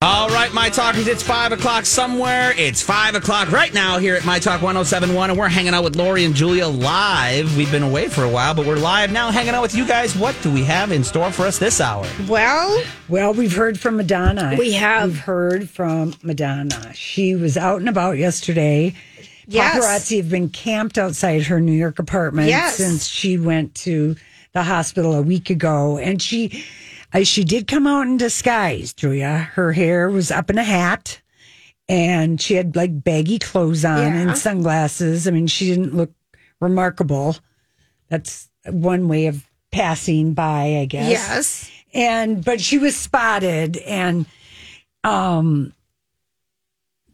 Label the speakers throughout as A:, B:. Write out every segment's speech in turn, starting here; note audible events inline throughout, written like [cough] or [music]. A: All right, My Talkers, it's 5 o'clock somewhere. It's 5 o'clock right now here at My Talk 1071, and we're hanging out with Lori and Julia live. We've been away for a while, but we're live now hanging out with you guys. What do we have in store for us this hour?
B: Well,
C: Well, we've heard from Madonna.
B: We have.
C: We've heard from Madonna. She was out and about yesterday.
B: Yes.
C: Paparazzi have been camped outside her New York apartment
B: Yes.
C: since she went to the hospital a week ago, and she, uh, she did come out in disguise. Julia, her hair was up in a hat, and she had like baggy clothes on
B: Yeah.
C: and sunglasses. I mean, she didn't look remarkable. That's one way of passing by, I guess
B: yes.
C: and but she was spotted and um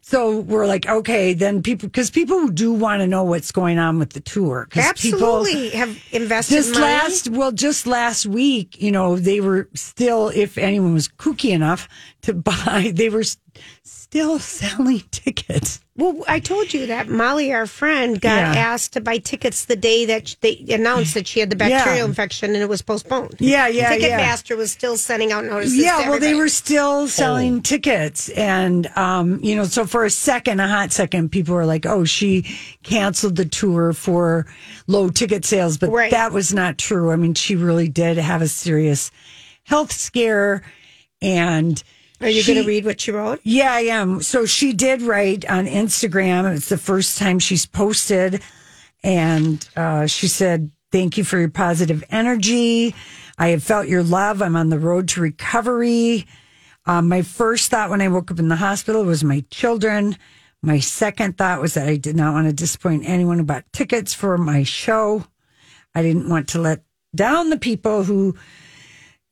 C: so we're like okay then people because people do want to know what's going on with the tour 'cause people,
B: Absolutely have invested
C: just
B: money.
C: last well just last week you know they were still if anyone was kooky enough to [laughs] buy they were s- still selling tickets
B: Well, I told you that Molly, our friend, got
C: Yeah.
B: asked to buy tickets the day that sh- they announced that she had the bacterial
C: Yeah.
B: infection and it was postponed.
C: Yeah, yeah,
B: Ticketmaster was still sending out notices.
C: yeah
B: to
C: well they
B: everybody.
C: were still selling tickets and um you know so for a second a hot second people were like oh she canceled the tour for low ticket sales but
B: Right.
C: that was not true i mean she really did have a serious health scare and
B: Are you
C: she-
B: going to read what she wrote?
C: yeah, I am. So she did write on Instagram. It's the first time she's posted. And uh, she said, Thank you for your positive energy. I have felt your love. I'm on the road to recovery. Um, my first thought when I woke up in the hospital was my children. My second thought was that I did not want to disappoint anyone who bought tickets for my show. I didn't want to let down the people who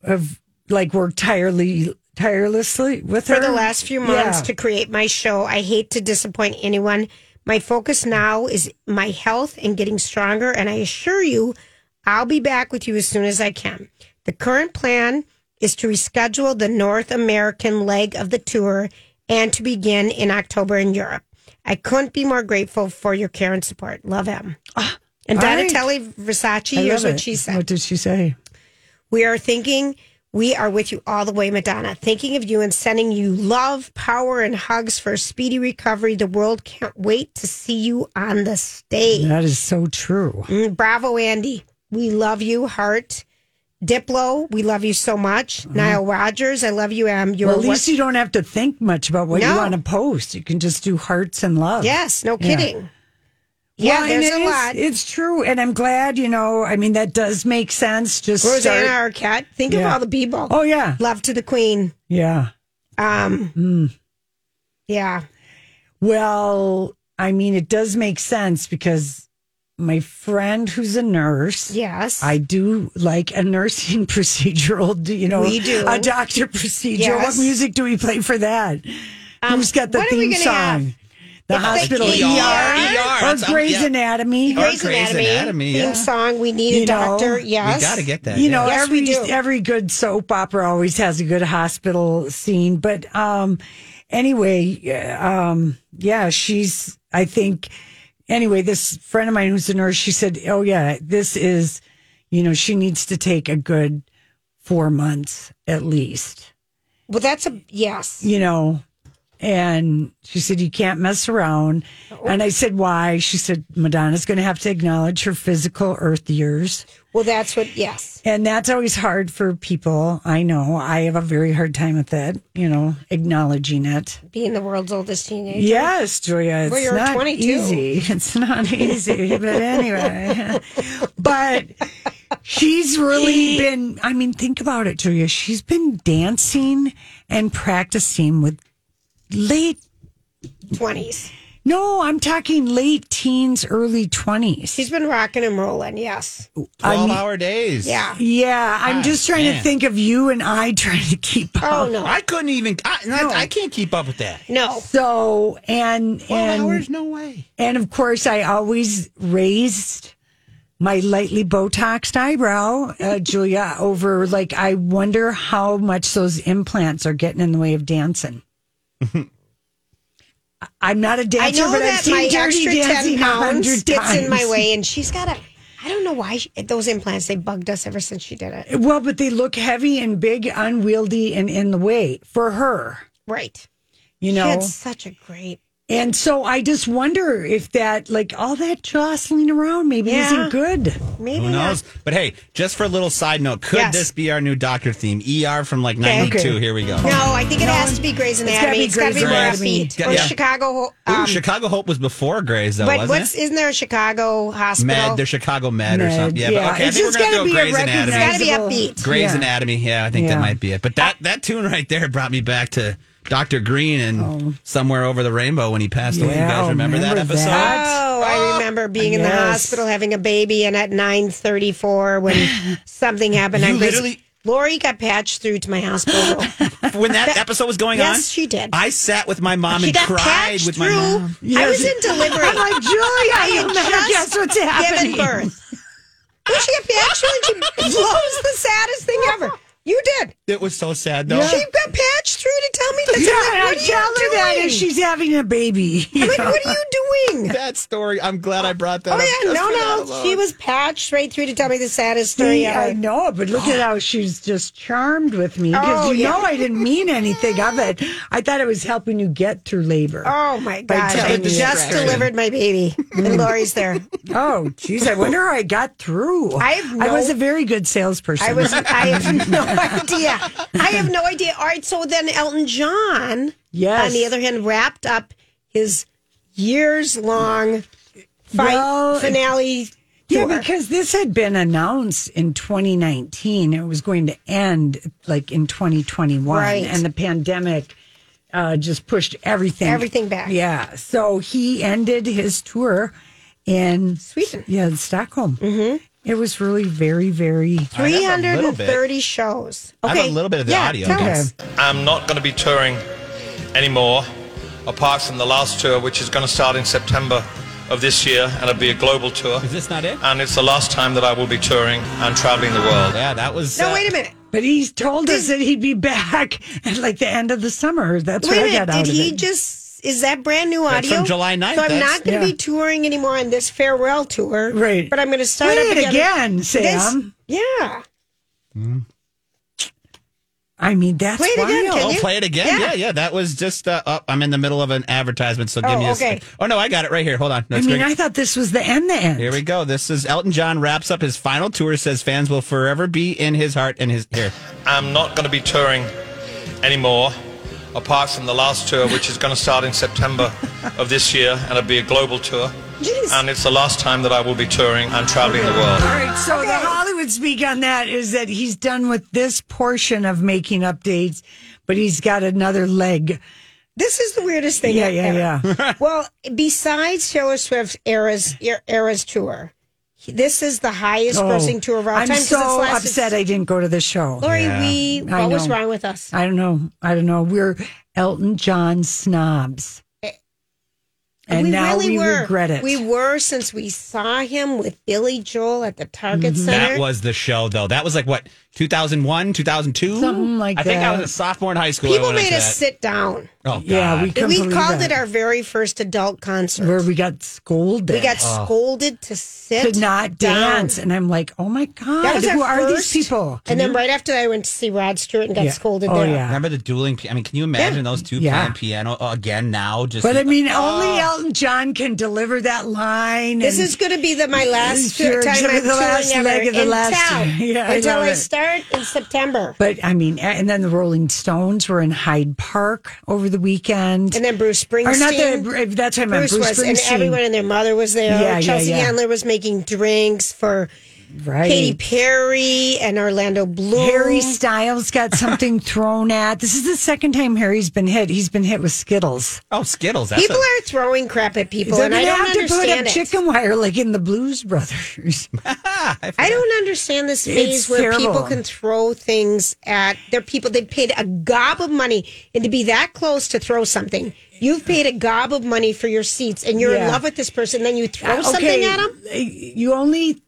C: have like worked tirely, tirelessly with her
B: For the last few months
C: Yeah.
B: to create my show, I hate to disappoint anyone. My focus now is my health and getting stronger, and I assure you, I'll be back with you as soon as I can. The current plan is to reschedule the North American leg of the tour and to begin in October in Europe. I couldn't be more grateful for your care and support. Love him. And
C: Ah, all right.
B: Donatelli Versace,
C: I
B: here's
C: love
B: what
C: it.
B: she said.
C: What did she say?
B: We are thinking, we are with you all the way, Madonna. Thinking of you and sending you love, power, and hugs for a speedy recovery. The world can't wait to see you on the stage.
C: That is so true.
B: Mm, bravo, Andy. We love you, heart. Diplo, we love you so much. Nile Rogers, I love you, Em. You're
C: Mm-hmm. Well, at
B: what-
C: least you don't have to think much about what
B: No.
C: you want to post. You can just do hearts and love.
B: yes, no
C: Yeah.
B: kidding. Yeah,
C: Well, and
B: there's
C: it
B: a
C: is-
B: lot.
C: It's true, and I'm glad. You know, I mean, that does make sense. Just
B: Rosanna
C: start-
B: Arquette, think of
C: Yeah.
B: all the people.
C: Oh yeah,
B: Love to the Queen.
C: yeah.
B: Um,
C: Mm.
B: Yeah.
C: Well, I mean, it does make sense because my friend who's a nurse.
B: Yes.
C: I do like a nursing [laughs] procedural, do- you know,
B: We do.
C: a doctor procedural.
B: Yes.
C: What music do we play for that?
B: Um,
C: Who's got the
B: what are we
C: theme
B: gonna have?
C: song? The
B: It's like
C: hospital E
B: ER,
A: ER.
C: or Grey's
A: Yeah.
C: Anatomy.
A: Or
B: Grey's
A: Grey's
B: Anatomy,
A: Anatomy, yeah.
B: theme song. We need a
C: You know,
B: doctor.
C: we
A: We
B: Yes,
A: got to get that.
C: You
A: yeah.
C: know,
B: Yes, we
C: every
B: do.
C: every good soap opera always has a good hospital scene. But um, anyway, um, yeah, she's. I think anyway, this friend of mine who's a nurse, she said, "Oh yeah, this is, you know, she needs to take a good four months at least."
B: Well, that's a yes.
C: you know, and she said, You can't mess around. And I said, Why? She said, Madonna's going to have to acknowledge her physical earth years.
B: Well, that's what yes.
C: And that's always hard for people. I know. I have a very hard time with that, you know, acknowledging it.
B: Being the world's oldest teenager.
C: Yes, Julia, it's
B: Well, you're
C: not
B: 22.
C: easy. [laughs] It's not easy, but anyway. but she's really been. I mean, think about it, Julia. She's been dancing and practicing with late
B: twenties.
C: No, I'm talking late teens, early 20s.
B: She's been rocking and rolling. Yes.
A: 12 hour days.
B: Yeah.
C: Yeah, I'm just trying
A: man.
C: to think of you and I trying to keep up.
B: Oh no.
A: I couldn't even, I, and I-
C: No.
A: I can't keep up with that.
B: No.
C: So and
A: 12
C: and
A: hours? No way.
C: and of course I always raised my lightly botoxed eyebrow,
B: [laughs]
C: uh, Julia, over like I wonder how much those implants are getting in the way of dancing. I- I'm not a
B: I
C: dancer,
B: know
C: but I've
B: that
C: seen
B: my
C: dirty
B: extra
C: dancing
B: ten
C: a
B: pounds
C: hundred
B: gets in my
C: times.
B: way, and she's got a. I don't know why she, those implants they bugged us ever since she did it.
C: Well, but they look heavy and big, unwieldy, and in the way for her.
B: Right.
C: You know,
B: She had such a great.
C: And so I just wonder if that, like all that jostling around, maybe
B: Yeah.
C: isn't good.
B: Maybe
A: Who
B: not.
A: knows? But hey, just for a little side note, could
B: Yes.
A: this be our new doctor theme? ER from like 92.
C: Okay.
A: Here we go.
B: No, I think it has to be Grey's
C: gotta
B: Anatomy.
C: be
B: It's got to be
C: Grey's
B: more
C: Anatomy.
B: upbeat.
A: Yeah.
B: Or
A: Yeah.
B: Chicago.
A: Ooh,
B: Um,
A: Chicago Hope was before Gray's, though,
B: but
A: wasn't
B: what's
A: it?
B: isn't there a Chicago hospital?
A: Med, they're Chicago Med, or
C: Med,
A: something. Yeah,
C: yeah.
A: but okay, I
C: It's
A: think we're
C: just
A: going to
C: gotta
A: go
C: be a
A: Grey's Anatomy.
C: recognized-
B: It's got to be upbeat.
A: Grey's
C: Yeah.
A: Anatomy. Yeah, I think that
C: Yeah.
A: might be it. But that that tune right there brought me back to Dr. Green and
B: Oh.
A: Somewhere Over the Rainbow when he passed away. You
C: Yeah,
A: guys remember, that
C: remember
A: episode?
C: that.
B: Oh,
C: [gasps]
B: I remember being in the
C: Yes.
B: hospital having a baby, and at nine thirty-four,
C: [laughs]
B: when something happened,
A: You
B: I'm Grey's-
A: literally-
B: Lori got patched through to my
C: [laughs]
B: hospital room.
A: When that episode was going on?
B: Yes, she did.
A: I sat with my mom
B: she
A: and
B: got
A: cried
B: patched
A: with my
B: through.
A: mom.
B: I was in delivery.
C: I'm like, Julia, you better guess what's happening.
B: Given birth. Well, she got patched and
C: [laughs]
B: she blows the saddest thing ever. You did.
A: It was so sad, though.
B: She got patched through to tell me that.
C: Yeah,
B: I'm like,
C: I
B: what are
C: tell
B: you
C: her that
B: doing?
C: if she's having
B: [laughs]
C: a baby. [laughs]
B: I'm like, what are you doing?
A: That story, I'm glad I brought that up.
B: Oh yeah,
A: just for
B: no,
A: that
B: no.
A: alone.
B: She was patched right through to tell me the saddest story
C: I
B: ever.
C: know, but look
B: [gasps]
C: at how she's just charmed with me because
B: Oh,
C: you
B: yeah.
C: know I didn't mean anything of it. I thought it was helping you get through labor.
B: Oh my gosh!
A: telling
B: I
A: the
B: just
A: distraction.
B: delivered my baby,
C: [laughs]
B: and Lori's there.
C: Oh, geez, I wonder how I got
B: [laughs]
C: through.
B: I have
C: I
B: no-
C: was a very good salesperson.
B: I was.
C: [laughs]
B: I have no idea. I have no idea. All right. So then, Elton John,
C: Yes.
B: on the other hand, wrapped up his years-long fight
C: Well,
B: finale.
C: Yeah,
B: tour.
C: because this had been announced in 2019. It was going to end like in 2021,
B: Right.
C: and the pandemic uh, just pushed everything
B: Everything back.
C: Yeah, so he ended his tour in
B: Sweden.
C: Yeah, in Stockholm. Mm-hmm. It was really very, very.
A: I have a
B: Three hundred
A: little
B: and
A: bit.
B: thirty shows.
A: I
B: Okay,
A: have a little bit of the
B: yeah,
A: audio.
B: Tell
A: Okay.
B: us.
D: I'm not going to be touring anymore, apart from the last tour, which is going to start in September of this year, and it'll be a global tour.
A: Is this not it?
D: And it's the last time that I will be touring and traveling the world.
A: Yeah, that was.
B: No,
A: uh,
B: wait a minute.
C: But he told us that he'd be back at like the end of the summer. That's
B: Wait
C: what
B: a
C: I got
B: minute.
C: out
B: Did
C: of
B: he
C: it.
B: just? Is that brand new
A: That's
B: audio?
A: from July 9th.
B: So I'm
A: That's-
B: not going to
C: yeah.
B: be touring anymore on this farewell tour.
C: Right.
B: But I'm going to start
C: Play
B: up
C: it
B: again.
C: again, Sam.
B: This, yeah.
C: I mean, that's
B: Play it
C: wild.
B: again, can
A: Oh,
B: you?
A: play it again? Yeah, yeah. that was just. Uh, oh, I'm in the middle of an advertisement, so give
B: Oh,
A: me a
B: okay.
A: second. Oh, no, I got it right here. Hold on.
C: I
A: Let's
C: mean,
A: go-
C: I thought this was the end. The end.
A: Oh, Here we go. This is Elton John wraps up his final tour. Says fans will forever be in his heart and his
C: [laughs]
A: here.
D: I'm not going to be touring anymore, apart from the last tour, which is going to start in September of this year, and it'll be a global tour.
B: Jeez.
D: And it's the last time that I will be touring and traveling the world.
C: All right, so the Hollywood speak on that is that he's done with this portion of making updates, but he's got another leg.
B: This is the weirdest thing.
C: Yeah, yeah,
B: ever. [laughs] well, besides Taylor Swift's Eras E-, Eras tour, this is the highest grossing tour of all
C: Oh, I'm
B: time. 'cause it's
C: so
B: lasted-
C: upset I didn't go to the show.
B: Lori, we
C: I
B: what was
C: know.
B: wrong with us?
C: I don't know. I don't know. We're Elton John snobs. And
B: we
C: now
B: really
C: we
B: were.
C: regret it.
B: We were since we saw him with Billy Joel at the Target
C: Mm-hmm.
B: Center.
A: That was the show, though. That was like what 2001, 2002,
C: Something like
A: I think I
C: that.
A: was a sophomore in high school. I
B: People
A: went
B: made
A: into
B: us
A: that.
B: sit down.
A: Oh, God.
C: yeah, we couldn't
B: we
C: believe
B: called
C: that.
B: it our very first adult concert.
C: where we got scolded.
B: we got
A: Oh.
B: scolded to sit,
C: to not
B: down.
C: dance, and I'm like, oh my god,
B: That was our
C: who are these
B: first-
C: people?
B: And then right after that, I went to see Rod Stewart and got
C: Yeah.
B: scolded
C: Oh,
B: there.
C: yeah.
A: Remember the dueling? pi- I mean, can you imagine those two
C: Yeah.
A: playing piano uh, again now? Just
C: But I mean, only Elton John can deliver that line.
B: Ah. This
C: and-
B: is going to be the my last
C: Sure,
B: time
C: except
B: I'm
C: for the
B: touring
C: last
B: ever
C: leg of the
B: in
C: last-
B: town
C: [laughs] Yeah, I
B: until
C: love
B: I,
C: it.
B: start in September.
C: But I mean, and then the Rolling Stones were in Hyde Park over the weekend.
B: And then Bruce
C: or not
B: Springsteen.
C: the, that's what I meant.
B: Bruce,
C: Bruce
B: was, and
C: Springsteen.
B: everyone and their mother was there.
C: Yeah, yeah,
B: Chelsea
C: yeah.
B: Handler was making drinks for
C: Right.
B: Katy Perry and Orlando Bloom.
C: Harry Styles got something [laughs] thrown at. This is the second time Harry's been hit. He's been hit with Skittles.
A: Oh, Skittles. That's
B: people
A: a-
B: are throwing crap at people,
C: They're
B: and I
C: gonna
B: don't
C: have to put
B: understand
C: up
B: it.
C: chicken wire like in the Blues Brothers.
B: I don't understand this phase
C: It's
B: where people
C: terrible.
B: can throw things at their people. They paid a gob of money, and to be that close to throw something, you've paid a gob of money for your seats, and you're in
C: Yeah. Uh,
B: love with this person. Then you throw something at them.
C: eh, You only,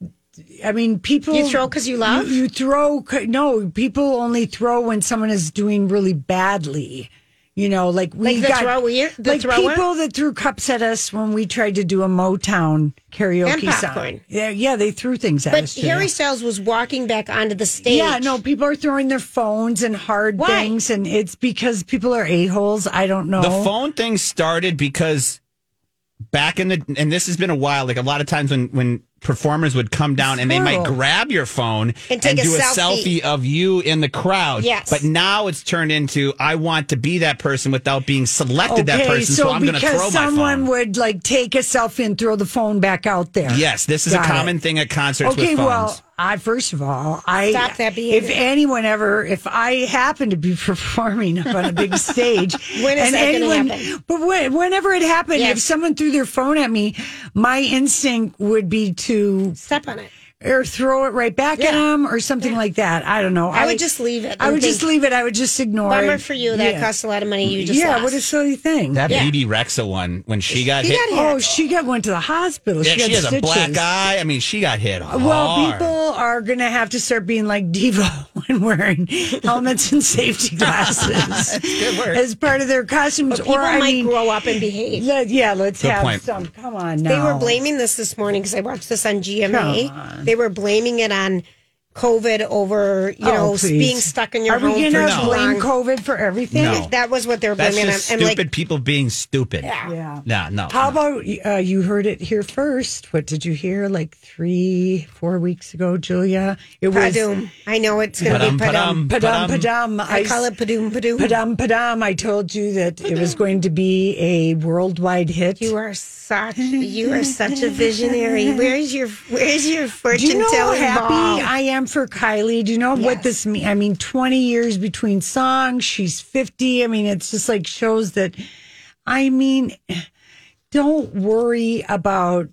C: I mean, people.
B: You throw 'cause you love?
C: You, you throw. 'cause- No, people only throw when someone is doing really badly. You know, like we
B: Like the
C: got
B: thrower- the
C: like
B: thrower?
C: people that threw cups at us when we tried to do a Motown karaoke
B: And popcorn.
C: song. Yeah, yeah, they threw things at
B: But
C: us. Julia.
B: Harry Styles was walking back onto the stage.
C: Yeah, no, people are throwing their phones and hard
B: Why?
C: things, and it's because people are a-holes. I don't know.
A: The phone thing started because back in the and this has been a while. Like a lot of times when when performers would come down and they might
C: horrible.
A: grab your phone
B: And take a
A: do a
B: selfie.
A: selfie of you in the crowd.
B: Yes.
A: But now it's turned into I want to be that person without being selected that person, so, I'm going to
C: because
A: throw my
C: someone
A: phone.
C: would like take a selfie and throw the phone back out there.
A: yes, this is a
C: Got it.
A: common thing at concerts
C: Okay,
A: with phones.
C: well, I first of all, I
B: Stop that behavior.
C: If anyone ever, if I happen to be [laughs] performing up on a big stage,
B: [laughs] When is that gonna happen?
C: But when, whenever it happened,
B: Yes.
C: if someone threw their phone at me, my instinct would be to
B: step on it.
C: or throw it right back at
B: Yeah.
C: him or something like that. I don't know.
B: I would just leave it
C: I
B: and
C: would just
B: think,
C: leave it. I would just ignore it.
B: Bummer for you. That
C: Yeah.
B: costs a lot of money. You just
C: yeah,
B: lost.
C: what a silly thing.
A: that
B: yeah.
A: BB Rexa one when she got
B: She
A: hit.
B: got hit.
C: oh, she got went to the hospital.
A: Yeah,
C: she got
A: she has
C: stitches.
A: a black eye. I mean, she got hit. Hard.
C: Well, people are going to have to start being like Devo [laughs] and wearing helmets
A: [laughs]
C: and safety glasses
A: good work.
C: as part of their costumes.
B: People
C: or I
B: might
C: mean,
B: grow up and behave.
C: let, yeah, let's
A: Good
C: have
A: point.
C: some. Come on now.
B: They were blaming this this morning because I watched this on GMA.
C: Come
B: They were blaming it on COVID over you
C: Oh,
B: know
C: please.
B: being stuck in your
C: Are
B: home
C: we
B: for
C: going
B: too
C: to
B: long.
C: blame COVID for everything?
A: No.
B: That was what they were
A: That's
B: blaming.
A: just
B: I'm, I'm
A: stupid
B: like,
A: people being stupid. Yeah.
C: Yeah.
A: No, no.
C: How
A: no.
C: about uh, you heard it here first? What did you hear like three, four weeks ago, Julia? It
B: Padum. I know it's going to be
A: Padum,
B: Padum.
A: padum.
C: Padum Padum.
B: I call it Padum Padum.
C: Padum Padum. I told you that it was going to be a worldwide hit.
B: You are such you are such a visionary. Where's your where's your fortune
C: Do you know how
B: telling
C: happy
B: ball?
C: I am for Kylie? Do you know what this means? I mean, 20 years between songs, she's 50. I mean, it's just like shows that, I mean, don't worry about,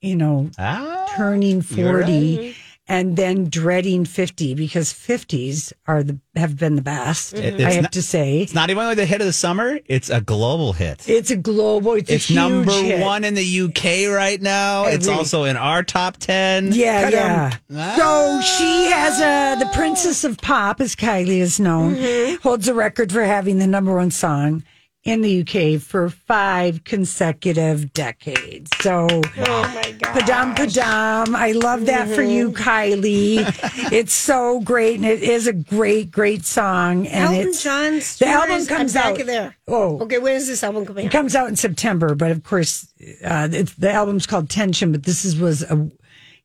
C: you know,
A: Ah.
C: turning 40 and then dreading 50 because 50s are the have been the best
A: It- it's
C: i have
A: not-
C: to say
A: It's not even like the hit of the summer. It's a global hit.
C: it's a global it's, a
A: It's
C: huge
A: number
C: hit.
A: one in the UK right now. It's
C: Every-
A: also in our top ten.
C: Yeah,
B: Cut 'em. Ah.
C: yeah. So she has a the Princess of Pop, as Kylie is known,
B: Mm-hmm.
C: holds a record for having the number one song in the UK for five consecutive decades. So
B: oh my Mm-hmm. god!
C: padam padam, I love that for you, Kylie.
B: [laughs]
C: it's so great, and it is a great, great song. And
B: Elton
C: it's,
B: John.
C: the album
B: Stewart,
C: comes
B: I'm back
C: out.
B: in there.
C: Oh,
B: Okay, when is this album coming
C: it
B: out?
C: comes out in September, but of course, uh, it's, the album's called Tension. But this is was a,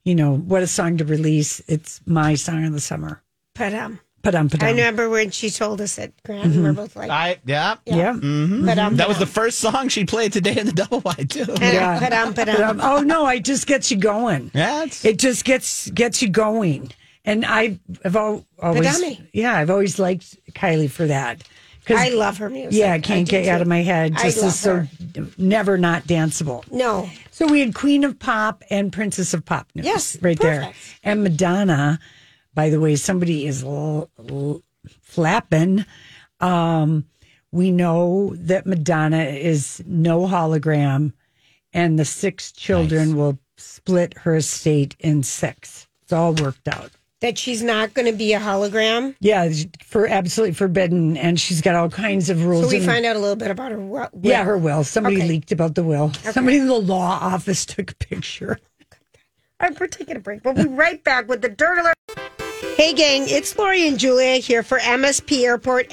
C: you know, what a song to release. It's my song of the summer.
B: Padum.
C: Padam
B: I
C: padam.
B: remember when she told us it, Grant. and We're both like,
A: I yeah.
C: Mm-hmm. Yeah.
B: Padum,
A: That was the
B: padum.
A: first song she played today in the [laughs] double wide too.
B: Yeah. Padum,
C: Padam.
B: padum.
C: Oh no, it just gets you going.
A: Yeah, it's,
C: It just gets gets you going. And I have al- always,
B: Padami.
C: yeah, I've always liked Kylie for that. 'Cause-
B: I love her music.
C: Yeah, I
B: I
C: can't
B: do
C: get out
B: too.
C: of my head.
B: I
C: Just
B: love
C: is so
B: her.
C: never not danceable.
B: No.
C: So we had Queen of Pop and Princess of Pop news.
B: Yes,
C: right there.
B: perfect.
C: And Madonna, by the way, somebody is l- l- flapping. Um, we know that Madonna is no hologram, and the six children will split her estate in six. It's all worked out.
B: That she's not going to be a hologram.
C: Yeah, for absolutely forbidden, and she's got all kinds of rules.
B: So we
C: and-
B: find out a little bit about her. What,
C: yeah, her will. Somebody
B: Okay.
C: leaked about the will. Somebody in the law office [laughs] took a picture.
B: All right, we're taking a break. We'll be right back with the dirt alert. Hey, gang, it's Lori and Julia here for MSP Airport,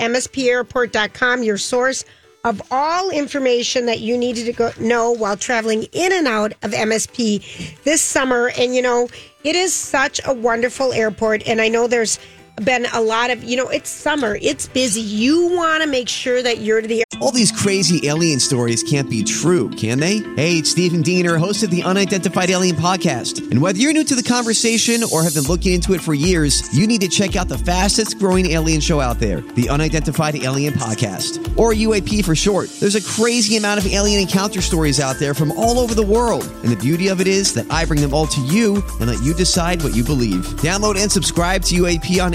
B: MSPAirport.com, your source of all information that you needed to go, know while traveling in and out of MSP this summer. And, you know, it is such a wonderful airport. And I know there's been a lot of, you know, it's summer, it's busy. You want to make sure that you're to the
E: All these crazy alien stories can't be true, can they? Hey, it's Stephen Dean, or host of the Unidentified Alien Podcast. And whether you're new to the conversation or have been looking into it for years, you need to check out the fastest growing alien show out there, the Unidentified Alien Podcast, or UAP for short. There's a crazy amount of alien encounter stories out there from all over the world. And the beauty of it is that I bring them all to you and let you decide what you believe. Download and subscribe to UAP on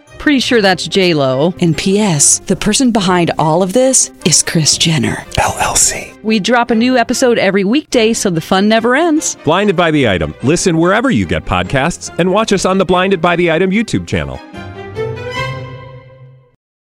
F: Pretty sure that's J Lo.
G: And P.S. The person behind all of this is Chris Jenner.
H: LLC.
F: We drop a new episode every weekday, so the fun never ends.
H: Blinded by the item. Listen wherever you get podcasts, and watch us on the Blinded by the Item YouTube channel.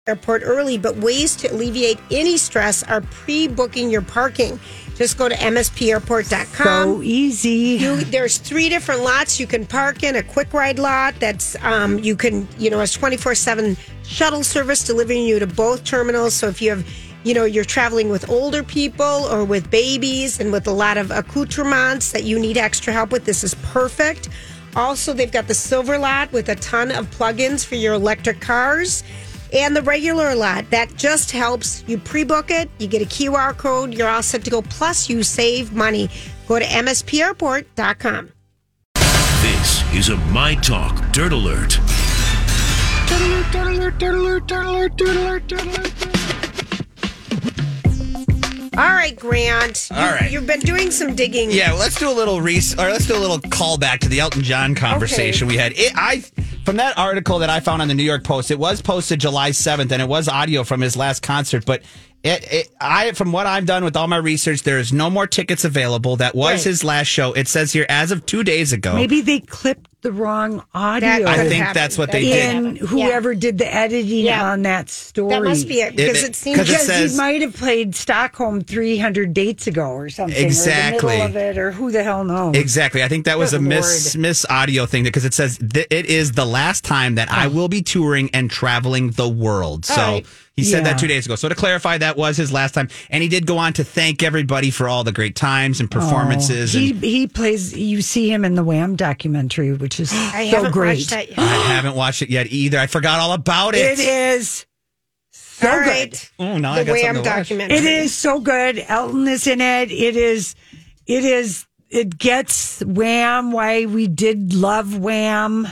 B: airport early, but ways to alleviate any stress are pre booking your parking. Just go to mspairport.com.
C: So easy.
B: You, there's three different lots you can park in. A quick ride lot that's um, you can you know has 24 seven shuttle service delivering you to both terminals. So if you have you know you're traveling with older people or with babies and with a lot of accoutrements that you need extra help with, this is perfect. Also, they've got the silver lot with a ton of plugins for your electric cars. And the regular lot that just helps you pre book it, you get a QR code, you're all set to go, plus you save money. Go to mspairport.com.
I: This is a My Talk Dirt Alert.
B: All right, Grant.
A: All right.
B: You've been doing some digging.
A: Yeah, well, let's do a little res- or let's do a little callback to the Elton John conversation we had. It, I from that article that I found on the New York Post, it was posted July seventh, and it was audio from his last concert. But it, it, I from what I've done with all my research, there is no more tickets available. That was
B: Right.
A: his last show. It says here as of two days ago.
C: Maybe they clipped the wrong audio
A: I
B: could
A: think
B: happen.
A: that's what they
B: could
A: did.
C: in
B: happen.
C: whoever did the editing
B: Yeah.
C: on that story.
B: That must be it because
A: It-
B: it,
A: it-
B: seems
A: 'cause it
C: Because
A: says-
C: he might have played Stockholm 300 dates ago or something. or the
A: Exactly.
C: middle of it, or who the hell knows.
A: Exactly. I think that was
C: Good
A: a miss
C: Lord.
A: miss audio thing because it says th- it is the last time that I will be touring and traveling the world. So
B: right.
A: he said
C: Yeah.
A: that two days ago. So to clarify, that was his last time, and he did go on to thank everybody for all the great times and performances.
C: Oh, He,
A: and
C: he plays, you see him in the Wham documentary, which is
B: [gasps] I
C: so
B: haven't
C: great.
B: watched that yet.
A: I haven't watched it yet either. I forgot all about it.
C: It is so
B: All
C: good.
B: right.
A: Oh, now I
B: the
A: got
B: Wham
A: something to watch.
B: documentary.
C: It is so good. Elton is in it. It is, it is, it gets Wham why we did love Wham.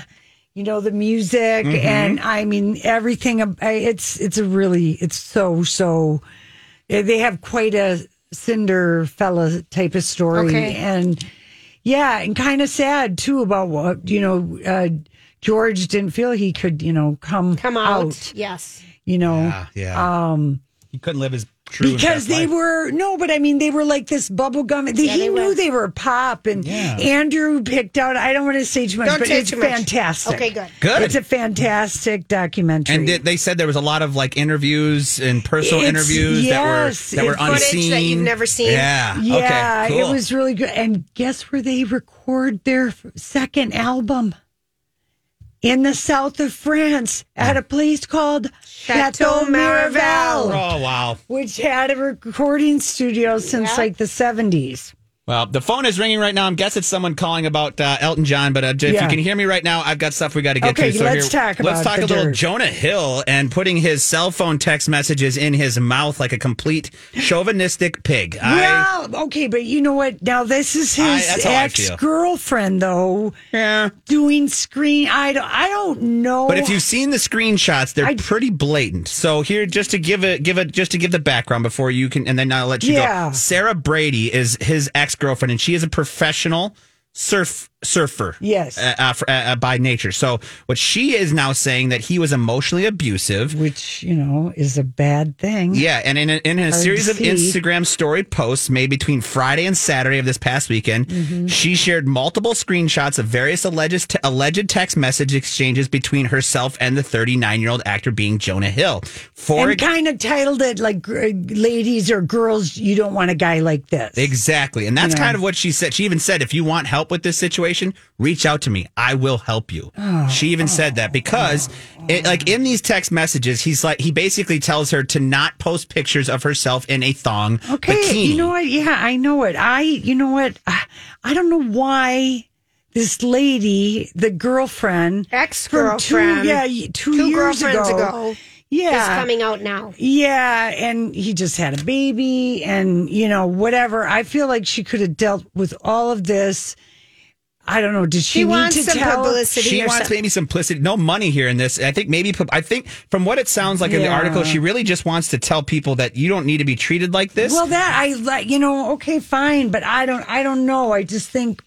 C: You know the music, and I mean everything. ab- I- It's it's a really it's so so. They they have quite a Cinder fella type of story,
B: Okay.
C: and yeah, and kind of sad too about what you know. Uh, George didn't feel he could, you know, come
B: Come out. Yes.
C: you know.
A: Yeah, yeah. he couldn't live his true and
C: Um, Because
A: best
C: they
A: life.
C: were no, but I mean they were like this bubblegum. They, he
B: they
C: knew
B: were.
C: they were pop, and
A: Yeah.
C: Andrew picked out. I don't want to say too much,
B: Don't
C: but
B: say
C: it's
B: too much.
C: fantastic.
B: Okay, good.
A: Good.
C: It's a fantastic documentary.
A: And did- they said there was a lot of like interviews and personal
C: It's-
A: interviews
C: yes,
A: that were that
C: it's
A: were
C: footage
A: unseen.
B: that you've never seen.
A: Yeah.
C: yeah,
A: okay. Cool.
C: it was really good. And guess where they record their f- second album? In the south of France, at a place called
B: Chateau
C: Chateau
B: Miraval.
C: Miraval,
A: Oh wow.
C: which had a recording studio since
B: Yeah.
C: like the seventies.
A: Well, the phone is ringing right now. I'm guessing it's someone calling about uh, Elton John. But uh, if
C: Yeah.
A: you can hear me right now, I've got stuff we got to get
C: Okay,
A: to. So
C: let's
A: here,
C: talk
A: let's
C: about
A: talk
C: the
A: a little
C: dirt.
A: Jonah Hill and putting his cell phone text messages in his mouth like a complete chauvinistic pig. I,
C: Well, okay, but you know what? Now this is
A: I-
C: his
A: that's how I feel.
C: ex girlfriend though
A: yeah.
C: doing screen. I don't, I don't know.
A: But if you've seen the screenshots, they're
C: I-
A: pretty blatant. So here, just to give a give a just to give the background before you can, and then I'll let you
C: Yeah.
A: go. Sarah Brady is his ex girlfriend, and she is a professional surf surfer.
C: Yes.
A: Uh, uh, for- uh, uh, by nature. So what she is now saying that he was emotionally abusive.
C: which you know is a bad thing.
A: Yeah, and in a, in a
C: Hard to
A: series of
C: see.
A: Instagram story posts made between Friday and Saturday of this past weekend,
C: Mm-hmm.
A: she shared multiple screenshots of various alleged alleged text message exchanges between herself and the 39 year old actor being Jonah Hill. For
C: and kind of titled it like gr- ladies or girls, you don't want a guy like this.
A: Exactly. And that's
C: Yeah.
A: kind of what she said. She even said, if you want help with this situation, reach out to me. I will help you.
C: Oh,
A: she even said that because, it, like, in these text messages, he's like, he basically tells her to not post pictures of herself in a thong
C: Okay,
A: bikini.
C: you know what? Yeah, I know it. I, you know what? I, I don't know why this lady, the girlfriend, from two-
B: Ex-girlfriend.
C: yeah, y- two,
B: Two
C: years
B: girlfriends
C: ago,
B: ago.
C: yeah,
B: It's coming out now.
C: Yeah, and he just had a baby and you know whatever. I feel like she could have dealt with all of this. I don't know. Did
B: She
C: she, need
B: wants
C: to
B: some
C: tell?
B: publicity
A: She
B: or
A: wants
B: something.
A: maybe simplicity, no money here in this. I think maybe, pub- I think from what it sounds like in the
C: Yeah.
A: article, she really just wants to tell people that you don't need to be treated like this.
C: Well, that I like, you know, okay, fine, but I don't I don't know. I
B: [laughs]
C: just think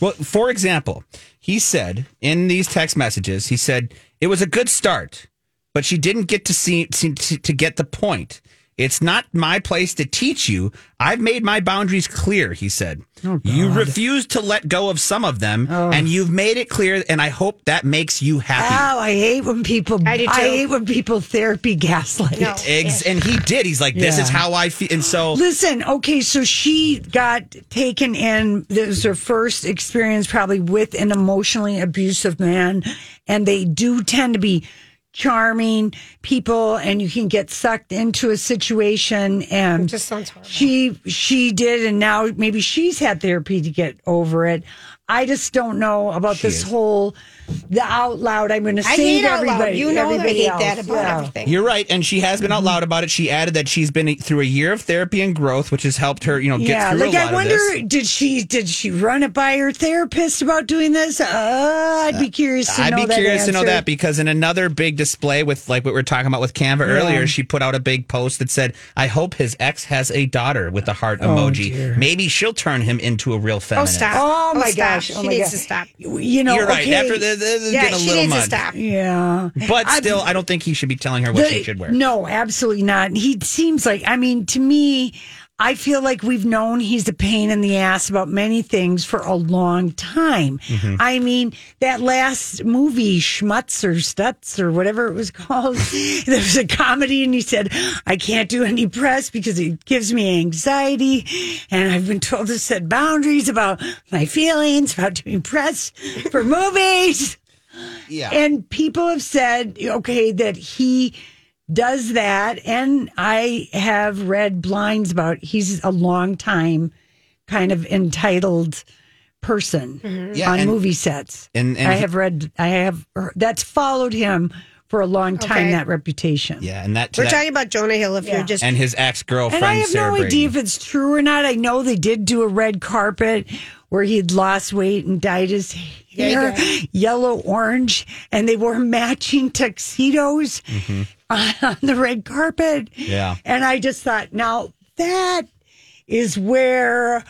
A: Well, for example, he said in these text messages, he said it was a good start, but she didn't get to see to, to to get the point. It's not my place to teach you. I've made my boundaries clear, he said. you refused to let go of some of them, and you've made it clear, and I hope that makes you happy.
C: Oh, I hate when people
B: I do too.
C: hate when people therapy gaslight.
B: No.
A: Ex- and he did. He's like, this is
C: Yeah.
A: how I feel. And so,
C: Listen, okay, so she got taken in. This was her first experience, probably with an emotionally abusive man, and they do tend to be charming people, and you can get sucked into a situation. And
B: It just sounds horrible.
C: she she did, and now maybe she's had therapy to get over it. I just don't know about this whole the out loud. I'm going to
B: I
C: say
B: hate
C: to
B: out loud.
C: everybody.
B: You know that I
C: everybody
B: hate
C: else.
B: that about
C: Yeah.
B: everything.
A: You're right, and she has been out loud about it. She added that she's been through a year of therapy and growth, which has helped her, you know, get
C: yeah,
A: through
C: like
A: a lot
C: I
A: of this.
C: wonder, did she did she run it by her therapist about doing this? Uh, I'd be curious to
A: I'd
C: know
A: be
C: that
A: curious to know
C: answer.
A: that because in another big display with like what we were talking about with Canva earlier, she put out a big post that said, "I hope his ex has a daughter" with the heart emoji. Maybe she'll turn him into a real
B: Oh,
A: feminist.
B: stop.
C: Oh, my
B: stop.
C: gosh. Oh,
B: she
C: my
B: needs
C: God.
B: to stop.
C: You know,
A: You're right.
C: okay.
A: After the, the, the
B: Yeah,
A: getting a
B: she
A: little
B: needs
A: mud.
B: to stop.
C: yeah,
A: But
C: I've-
A: still, I don't think he should be telling her what she
C: The-
A: should wear.
C: No, absolutely not. He seems like, I mean, to me, I feel like we've known he's a pain in the ass about many things for a long time.
A: Mm-hmm.
C: I mean, that last movie, Schmutz or Stutz or whatever it was [laughs] called, there was a comedy, and he said, I can't do any press because it gives me anxiety. And I've been told to set boundaries about my feelings, about doing press for movies.
A: Yeah.
C: And people have said, okay, that he does that. And I have read blinds about he's a long time kind of entitled person
A: Yeah,
C: on
A: and-
C: movie sets.
A: and- and
C: I
A: he-
C: have read, I have, that's followed him for a long time,
B: Okay.
C: that reputation.
A: yeah, and that, to
B: We're
A: that-
B: talking about Jonah Hill. If
C: Yeah.
B: you're just
A: and his ex girlfriend.
C: And I have
A: Sarah
C: no
A: Brady.
C: idea if it's true or not. I know they did do a red carpet where he'd lost weight and dyed his hair yellow orange, and they wore matching tuxedos on [laughs] the red carpet.
A: Mm-hmm. Yeah.
C: And I just thought, now that is where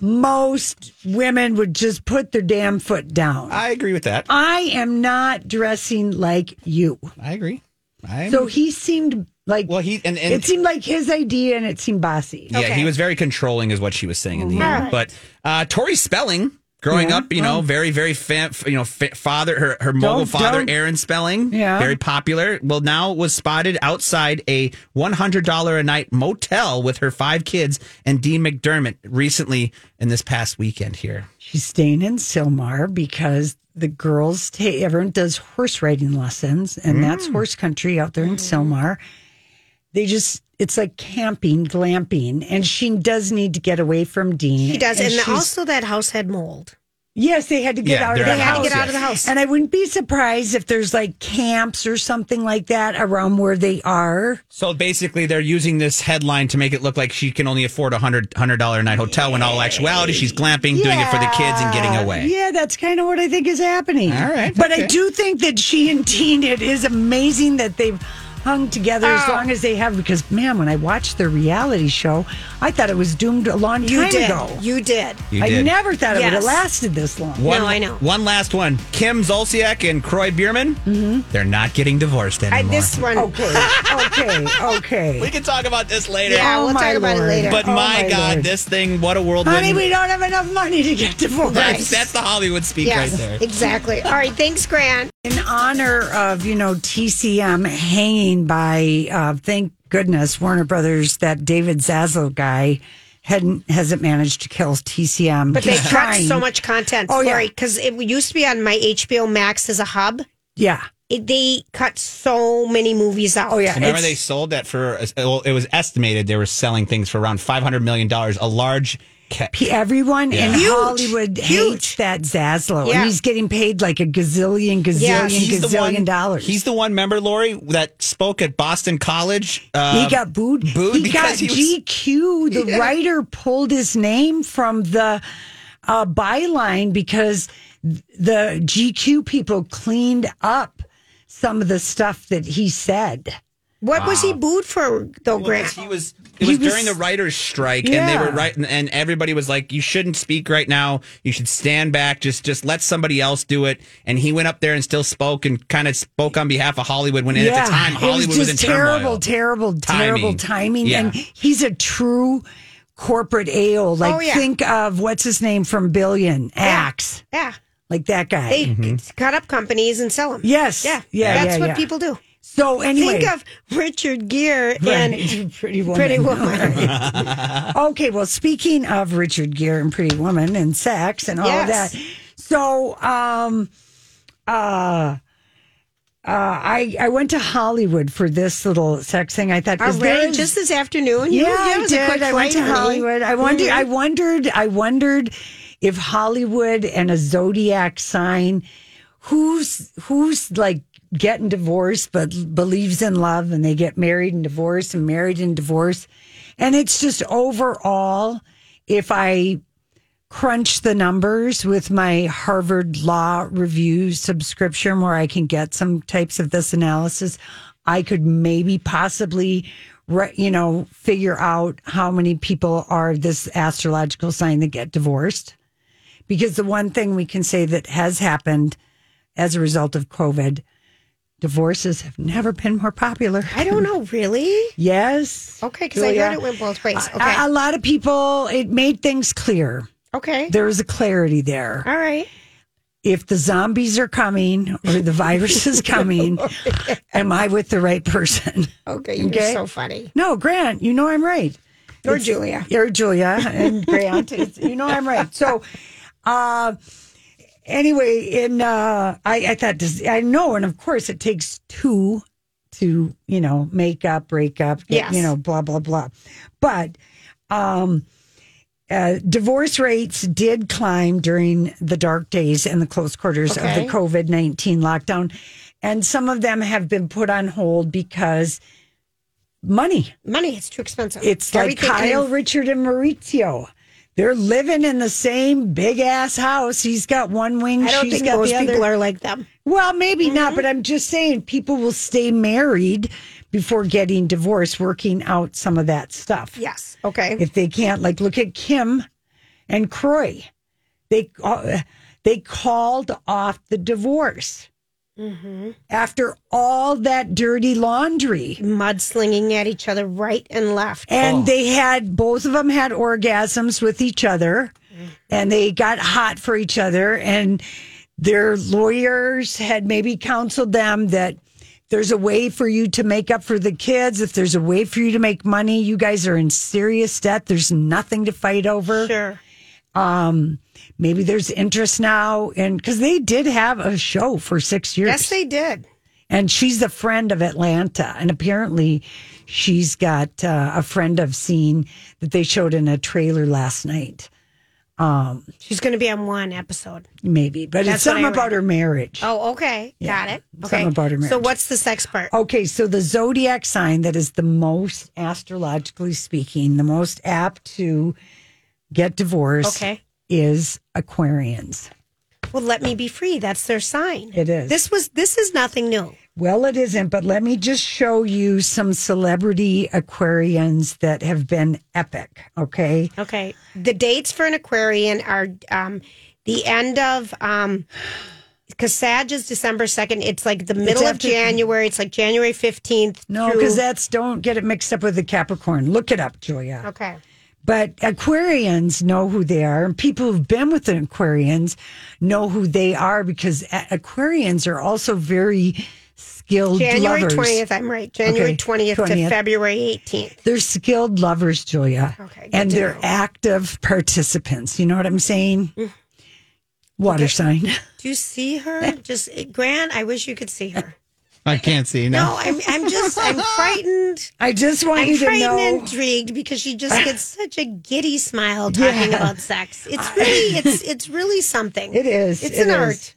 C: most women would just put their damn foot down.
A: I agree with that.
C: I am not dressing like you.
A: I agree. I
C: So he seemed like
A: well, he and, and
C: it seemed like his idea and it seemed bossy.
A: Yeah,
B: Okay.
A: he was very controlling, is what she was saying in the end. But uh, Tori Spelling, growing
C: Yeah.
A: up, you know, very, very, fa- f- you know, fa- father, her, her mogul
C: Don't-
A: father,
C: don't-
A: Aaron Spelling,
C: Yeah.
A: very popular. Well, now was spotted outside a one hundred dollar a night motel with her five kids and Dean McDermott recently in this past weekend here.
C: She's staying in Silmar because the girls take everyone does horse riding lessons, and that's
B: Mm.
C: horse country out there in Silmar. They just it's like camping, glamping, and she does need to get away from Dean.
B: he does, and,
C: she's-
B: also that house had mold.
C: yes, they had to get
A: Yeah,
C: out of
A: they're
B: They
C: the
B: had
C: house.
B: to get out of the
A: yes.
B: house.
C: And I wouldn't be surprised if there's like camps or something like that around where they are.
A: So basically, they're using this headline to make it look like she can only afford a hundred hundred dollar a night hotel, when all actuality she's glamping, doing it for the kids, and getting
C: Yeah.
A: away.
C: Yeah, that's kind of what I think is happening.
A: All right,
C: But I
A: okay.
C: do think that she and Dean, it is amazing that they've hung together as
B: Oh.
C: long as they have. Because man, when I watched their reality show, I thought it was doomed a long time
B: You did.
C: ago.
B: You did.
A: You
C: I
A: did.
C: never thought it would have
B: Yes.
C: lasted this long.
A: One,
B: No, I know.
A: One last one. Kim Zolciak and Croy Bierman,
C: Mm-hmm.
A: they're not getting divorced
B: I,
A: anymore.
B: this one. [laughs]
C: Okay, okay, okay.
A: we can talk about this later.
B: Yeah,
C: Oh,
B: we'll
C: my
B: talk about it
C: Lord.
B: later.
A: But
C: Oh,
A: my,
C: my
A: God,
C: Lord.
A: this thing, what a whirlwind.
C: Honey, we don't have enough money to get
A: [laughs]
C: divorced.
A: that's, that's the Hollywood speak
B: yes,
A: right there.
B: exactly. All right, thanks, Grant.
C: In honor of, you know, TCM hanging by, uh, thank goodness, Warner Brothers, that David Zaslav guy hadn't, hasn't managed to kill TCM.
B: But they
C: He's
B: cut
C: trying.
B: so much content.
C: Oh,
B: Oh,
C: yeah.
B: Lori, because it used to be on my HBO Max as a hub.
C: Yeah.
B: It, they cut so many movies out.
C: Oh, yeah.
A: Remember,
C: It's-
A: they sold that for, well, it was estimated they were selling things for around $500 million, a large. Ca-
C: P- everyone in
B: Huge,
C: Hollywood hates
B: huge.
C: that Zaslow.
B: Yeah.
C: And he's getting paid like a gazillion, gazillion,
B: Yeah, he's
C: gazillion dollars.
A: He's the one, member Lori, that spoke at Boston College. Uh,
C: he got booed.
A: booed
C: he
A: because
C: got
A: he was-
C: GQ. The writer pulled his name from the uh, byline because th- the GQ people cleaned up some of the stuff that he said.
B: What was he booed for,
A: Well,
B: though,
A: 'cause
B: Grant?
A: he was it
C: He
A: was,
C: was-
A: during the writers' strike, and they
C: Yeah.
A: were right, and, and everybody was like, "You shouldn't speak right now. You should stand back. Just just let somebody else do it." And he went up there and still spoke and kind of spoke on behalf of Hollywood when at the time Hollywood
C: it was
A: was,
C: just
A: in
C: terrible,
A: turmoil.
C: terrible, terrible
A: Timing.
C: timing.
A: Yeah.
C: And he's a true corporate AO. Like
B: Oh, yeah.
C: think of what's his name from Billion, Axe,
B: yeah.
C: like that guy.
B: They cut up companies and sell them.
C: Mm-hmm. Yes.
B: Yeah.
C: Yeah,
B: That's
C: yeah,
B: what
C: yeah.
B: people do.
C: so anyway,
B: Think of Richard Gere and
C: [laughs] pretty woman.
B: Pretty
C: [laughs]
B: Woman.
C: Okay, well, speaking of Richard Gere and Pretty Woman and sex and all of
B: Yes.
C: that, so um, uh, uh, I I went to Hollywood for this little sex thing. I thought,
B: All
C: is there
B: right,
C: a-
B: just this afternoon. You-
C: yeah,
B: that
C: I
B: was a quick
C: did. I
B: flight,
C: went to
B: honey.
C: Hollywood. I wondered.
B: Mhm.
C: I wondered. I wondered if Hollywood and a zodiac sign, who's who's like getting divorced but believes in love, and they get married and divorced and married and divorced, and it's just overall. If I crunch the numbers with my Harvard Law Review subscription where I can get some types of this analysis, I could maybe possibly, re- you know, figure out how many people are this astrological sign that get divorced. Because the one thing we can say that has happened as a result of COVID, divorces have never been more popular.
B: I don't know, really?
C: Yes.
B: Okay, because I heard
C: Julia.
B: it went both ways. Okay.
C: A, a lot of people, it made things clear.
B: okay.
C: There was a clarity there
B: All right.
C: if the zombies are coming or the virus is coming, am I with the right person?
B: Okay. You're
C: Okay.
B: so funny.
C: No, Grant, you know I'm right.
B: Or Julia.
C: You're Julia and Grant. It's, you know I'm right. So, uh, anyway, in uh, I, I thought this, I know, and of course, it takes two to you know make up, break up, get,
B: Yes.
C: you know, blah blah blah. But um, uh, divorce rates did climb during the dark days and the close quarters of
B: Okay.
C: the COVID nineteen lockdown, and some of them have been put on hold because money.
B: Money is too expensive.
C: It's like
B: Everything-
C: Kyle, Richard, and Maurizio. They're living in the same big ass house. He's got one wing.
B: I don't
C: she's
B: think
C: got
B: those
C: the other.
B: people are Mm-hmm. like them.
C: well, maybe not, but I'm just saying people will stay married before getting divorced, working out some of that stuff.
B: Yes. Okay.
C: If they can't, like, look at Kim and Croy. They uh, they called off the divorce
B: Mm-hmm.
C: after all that dirty laundry.
B: Mudslinging at each other right and left.
C: and they had both of them had orgasms with each other and they got hot for each other and their lawyers had maybe counseled them that there's a way for you to make up for the kids if there's a way for you to make money you guys are in serious debt there's nothing to fight over
B: Sure.
C: maybe there's interest now and because they did have a show for six years
B: Yes, they did.
C: and she's a friend of Atlanta, and apparently, she's got uh, a friend of scene that they showed in a trailer last night,
B: She's going to be on one episode.
C: maybe. But it's
B: That's what
C: something
B: I read.
C: about her marriage.
B: Oh, okay. Got it.
C: Something
B: Okay.
C: about her
B: So
C: marriage. Oh.
B: what's the sex part?
C: Okay, so the zodiac sign that is the most astrologically speaking, the most apt to get divorced
B: Okay.
C: is Aquarians.
B: Well, let me be free. That's their sign.
C: It is.
B: This was this is nothing new.
C: Well, it isn't, but let me just show you some celebrity aquarians that have been epic. Okay.
B: Okay. The dates for an Aquarian are um, the end of um, because Sag is December second. It's like the middle of
C: after-
B: January. It's like January fifteenth.
C: No, because that's don't get it mixed up with the Capricorn. Look it up, Julia.
B: okay.
C: But Aquarians know who they are, and people who've been with an Aquarians know who they are because a- Aquarians are also very skilled
B: January
C: Oh, lovers.
B: twentieth. I'm right. January
C: Okay,
B: twentieth to
C: 20th.
B: February eighteenth.
C: They're skilled lovers, Julia.
B: Okay, good
C: And
B: to
C: they're
B: know. Mm.
C: active participants. You know what I'm saying? Water sign. [laughs]
B: Do you see
C: Eh.
B: her? Just eh, Grant. I wish you could see her.
A: I can't see.
B: No, I'm. I'm just.
C: [laughs]
B: I'm frightened.
C: I just want
B: I'm
C: you to
B: frightened and
C: know.
B: intrigued because she just
C: [laughs]
B: gets such a giddy smile talking
C: Yeah.
B: about sex. It's really, it's it's really something.
C: It is.
B: It's an
C: it is.
B: art.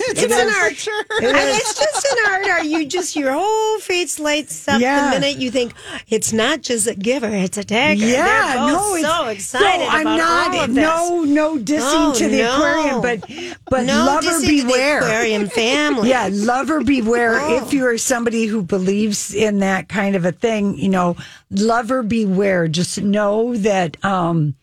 B: [laughs] It's an art.
C: It
B: I mean,
C: is.
B: it's just an art. Are you just your whole face lights up
C: Yeah.
B: the minute you think it's not just a giver, it's a taker.
C: Yeah,
B: They're both
C: no, it's,
B: so excited.
C: No, I'm
B: about
C: not.
B: all of this.
C: No, no dissing
B: Oh,
C: to the
B: no.
C: aquarium, but but
B: No
C: lover
B: dissing to the
C: beware. [laughs]
B: aquarium family.
C: yeah, lover beware.
B: Oh.
C: If you are somebody who believes in that kind of a thing, you know, lover beware. Just know that um,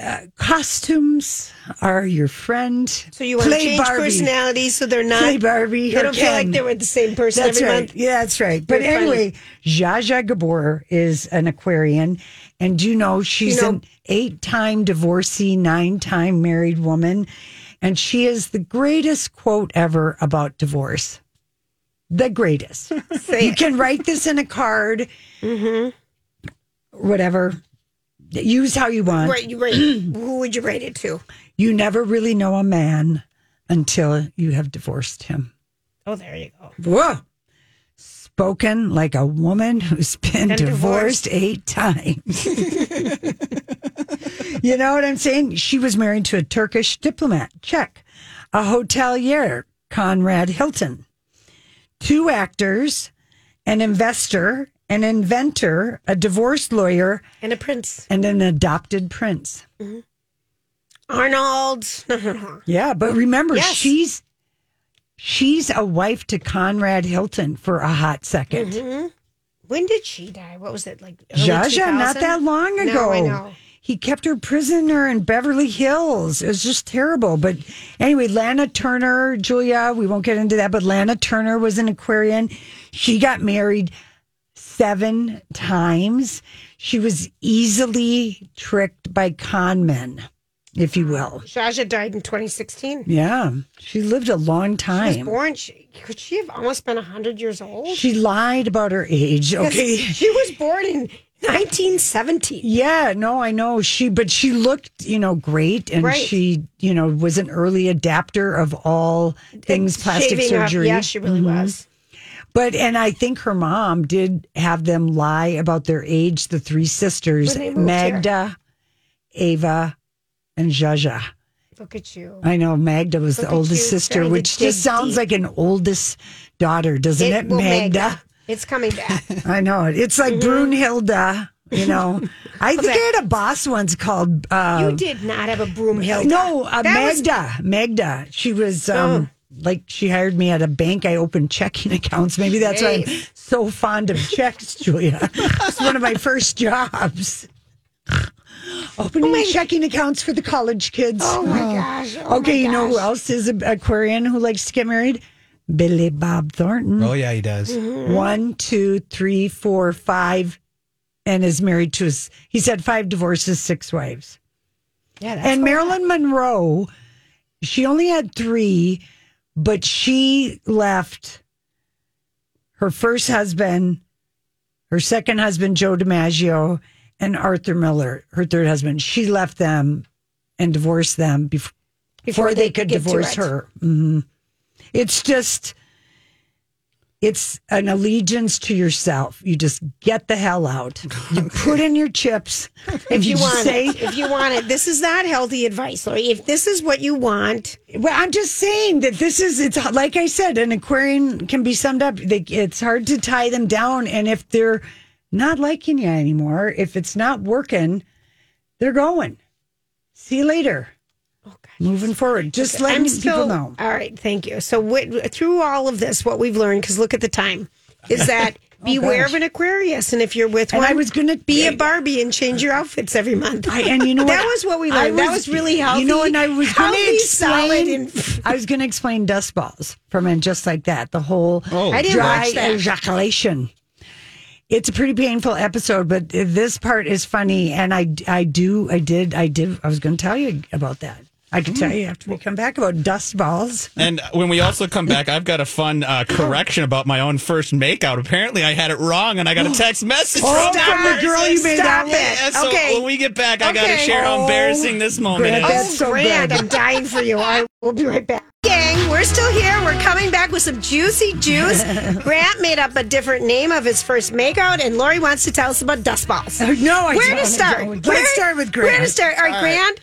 C: uh, costumes are your friend.
B: So you want to
C: Play
B: change
C: Barbie.
B: personalities so they're not
C: Play Barbie.
B: They
C: or
B: don't feel like
C: Ken.
B: they're with the same person
C: That's
B: every
C: right.
B: month.
C: Yeah, that's right. But
B: You're funny.
C: anyway, Zsa Zsa Gabor is an Aquarian, and you know she's
B: You know-
C: an eight-time divorcee, nine-time married woman, and she is the greatest quote ever about divorce.
B: [laughs]
C: The greatest. you can write this in a card,
B: Mm-hmm.
C: whatever. Use how you want.
B: Right, you rate. Who would you rate it to?
C: You never really know a man until you have divorced him.
B: Oh, there you go.
C: Whoa. Spoken like a woman who's been
B: Been
C: divorced,
B: divorced.
C: eight times. [laughs] you know what I'm saying? She was married to a Turkish diplomat, Czech, a hotelier, Conrad Hilton, two actors, an investor, an inventor, a divorce lawyer,
B: And a prince.
C: and an adopted prince.
B: Arnold. [laughs]
C: Yeah, but remember,
B: Yes.
C: she's she's a wife to Conrad Hilton for a hot 2nd
B: when did she die? What was it like? Mm-hmm. early
C: Jaja, not
B: 2000?
C: that long ago.
B: No, I know.
C: He kept her prisoner in Beverly Hills. It was just terrible. But anyway, Lana Turner, Julia, we won't get into that, but Lana Turner was an Aquarian. She got married seven times. She was easily tricked by con men, if you will.
B: Jaja died in 2016.
C: Yeah. She lived a long
B: She was
C: time.
B: born. She, could she have almost been 100 years old?
C: She lied about her age. Okay.
B: She was born in 1917.
C: Yeah, no, I know she, but she looked, you know, great, and
B: Right.
C: she, you know, was an early adapter of all things plastic
B: Shaving up.
C: surgery. Mm-hmm.
B: Yeah, she really was.
C: But and I think her mom did have them lie about their age. The three sisters,
B: When they moved
C: Magda, Ava, and Jaja.
B: Look at you.
C: I know Magda was
B: Look
C: the
B: at
C: oldest
B: you
C: sister,
B: trying to
C: which
B: dig
C: just sounds
B: deep.
C: like an oldest daughter, doesn't it,
B: will make
C: Magda?
B: it. It's coming
C: [laughs]
B: back.
C: I know it. It's
B: Mm-hmm.
C: like Brunhilda.
B: [laughs]
C: You know, I think I had a boss once called. Uh,
B: you did not have a broom hill.
C: No, uh,
B: That was- Oh.
C: Magda. Magda. She was um, like she hired me at a bank. I opened checking [laughs] accounts. Maybe that's why I'm
B: Jeez.
C: so fond of
B: [laughs]
C: checks, Julia. it's one of my first jobs. Opening checking accounts for the college kids.
B: Oh my gosh. Oh
C: okay,
B: my
C: you know who
B: gosh.
C: else is an Aquarian who likes to get married? Billy Bob Thornton.
A: Oh yeah, he does.
C: One, two, three, four, five, and is married to his. He's had five divorces, six wives
B: Yeah, that's
C: and
B: what-
C: Marilyn Monroe, she only had three, but she left her first husband, her second husband, Joe DiMaggio, and Arthur Miller, her third husband. She left them and divorced them before, before they, could
B: get to
C: divorce
B: it.
C: her. hmm It's just. It's an allegiance to yourself. You just get the hell out.
B: [laughs]
C: You put in your chips.
B: If you,
C: just
B: want
C: say,
B: it, if you want it, this is not healthy advice, Lori. If this is what you want,
C: Well, I'm just saying that this is it's like I said, an Aquarian can be summed up. They, it's hard to tie them down, and if they're not liking you anymore, if it's not working, they're going. See you later.
B: oh gosh,
C: Moving forward, just letting
B: I'm
C: people
B: still,
C: know.
B: All right, thank you. So what, through all of this, what we've learned, because look at the time,
C: [laughs]
B: is that beware
C: Oh, gosh.
B: of an Aquarius, and if you're with
C: And
B: one,
C: I was gonna-
B: be a Barbie and change your outfits every month.
C: I, and you
B: [laughs]
C: know
B: that was what we learned.
C: I
B: that was really healthy.
C: You know, and I was going to
B: healthy, solid,
C: explain.
B: and
C: I was going to explain dust balls from and just like that. The whole
J: Oh. I
B: didn't
C: dry
B: watch that.
C: ejaculation. It's a pretty painful episode, but this part is funny, and I I do I did I did I was going to tell you about that. I can
B: Hmm.
C: tell you after we come back about
B: [laughs]
C: dust balls.
A: And when we also come back, I've got a fun uh, correction about my own first makeout. Apparently, I had it wrong, and I got a text message
C: Oh,
A: from
C: from the girl you made
B: Stop
C: out with.
B: it.
A: Yeah, so
B: okay.
A: when we get back, I got to
B: Okay.
A: share how embarrassing this moment
C: Grant,
A: is.
C: [laughs] that's
B: Oh,
C: so
B: Grand,
C: good.
B: I'm dying for you. I will be right back. Gang, we're still here. We're coming back with some juicy juice.
C: [laughs]
B: Grant made up a different name of his first makeout, and Lori wants to tell us about dust balls.
C: No, I
B: Where to
C: don't.
B: start?
C: Let's
B: Where-
C: start with
B: Where to
C: Grant.
B: start? All right, Grant.